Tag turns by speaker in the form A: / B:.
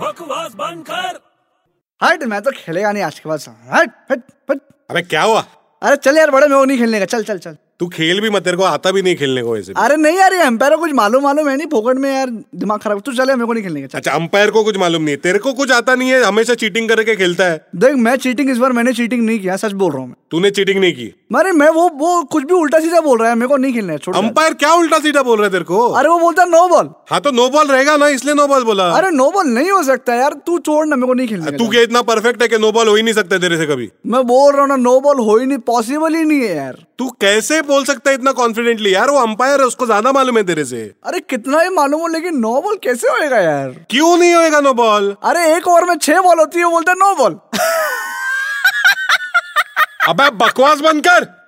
A: बकवास बंद कर
B: हट मैं तो खेलेगा नहीं आज के बाद हट हट हट
C: अबे क्या हुआ
B: अरे चल यार बड़े मैं वो नहीं खेलने का चल चल चल
C: तू खेल भी मत तेरे को आता भी नहीं खेलने को ऐसे भी।
B: अरे नहीं यार ये एम्पायर कुछ मालूम मालूम है नहीं फोकट में यार दिमाग खराब तू चले मेरे को नहीं खेलने का चल
C: अच्छा अंपायर को कुछ मालूम नहीं है तेरे को कुछ आता नहीं है हमेशा चीटिंग करके खेलता है
B: देख मैं चीटिंग इस बार मैंने चीटिंग नहीं किया सच बोल रहा हूँ मैं
C: तूने चीटिंग नहीं की
B: अरे मैं वो वो कुछ भी उल्टा सीधा बोल रहा है मेरे को नहीं खेलना है छोड़ यार।
C: अंपायर क्या उल्टा सीधा बोल रहा है तेरे को
B: अरे वो बोलता है नो बॉल
C: हाँ तो नो बॉल रहेगा ना इसलिए नो बॉल बोला
B: अरे नो बॉल नहीं हो सकता यार तू छोड़ ना मेरे को नहीं खेलना
C: हाँ। तू
B: है।
C: क्या इतना परफेक्ट है कि नो बॉल हो ही नहीं सकता तेरे से कभी
B: मैं बोल रहा हूँ ना नो बॉल हो ही नहीं पॉसिबल ही नहीं है यार
C: तू कैसे बोल सकता है इतना कॉन्फिडेंटली यार वो अंपायर है उसको ज्यादा मालूम है तेरे से
B: अरे कितना ही मालूम हो लेकिन नो बॉल कैसे होएगा यार
C: क्यों नहीं होएगा नो बॉल
B: अरे एक ओवर में छह बॉल होती है वो बोलता है नो बॉल
C: अब बकवास बंद कर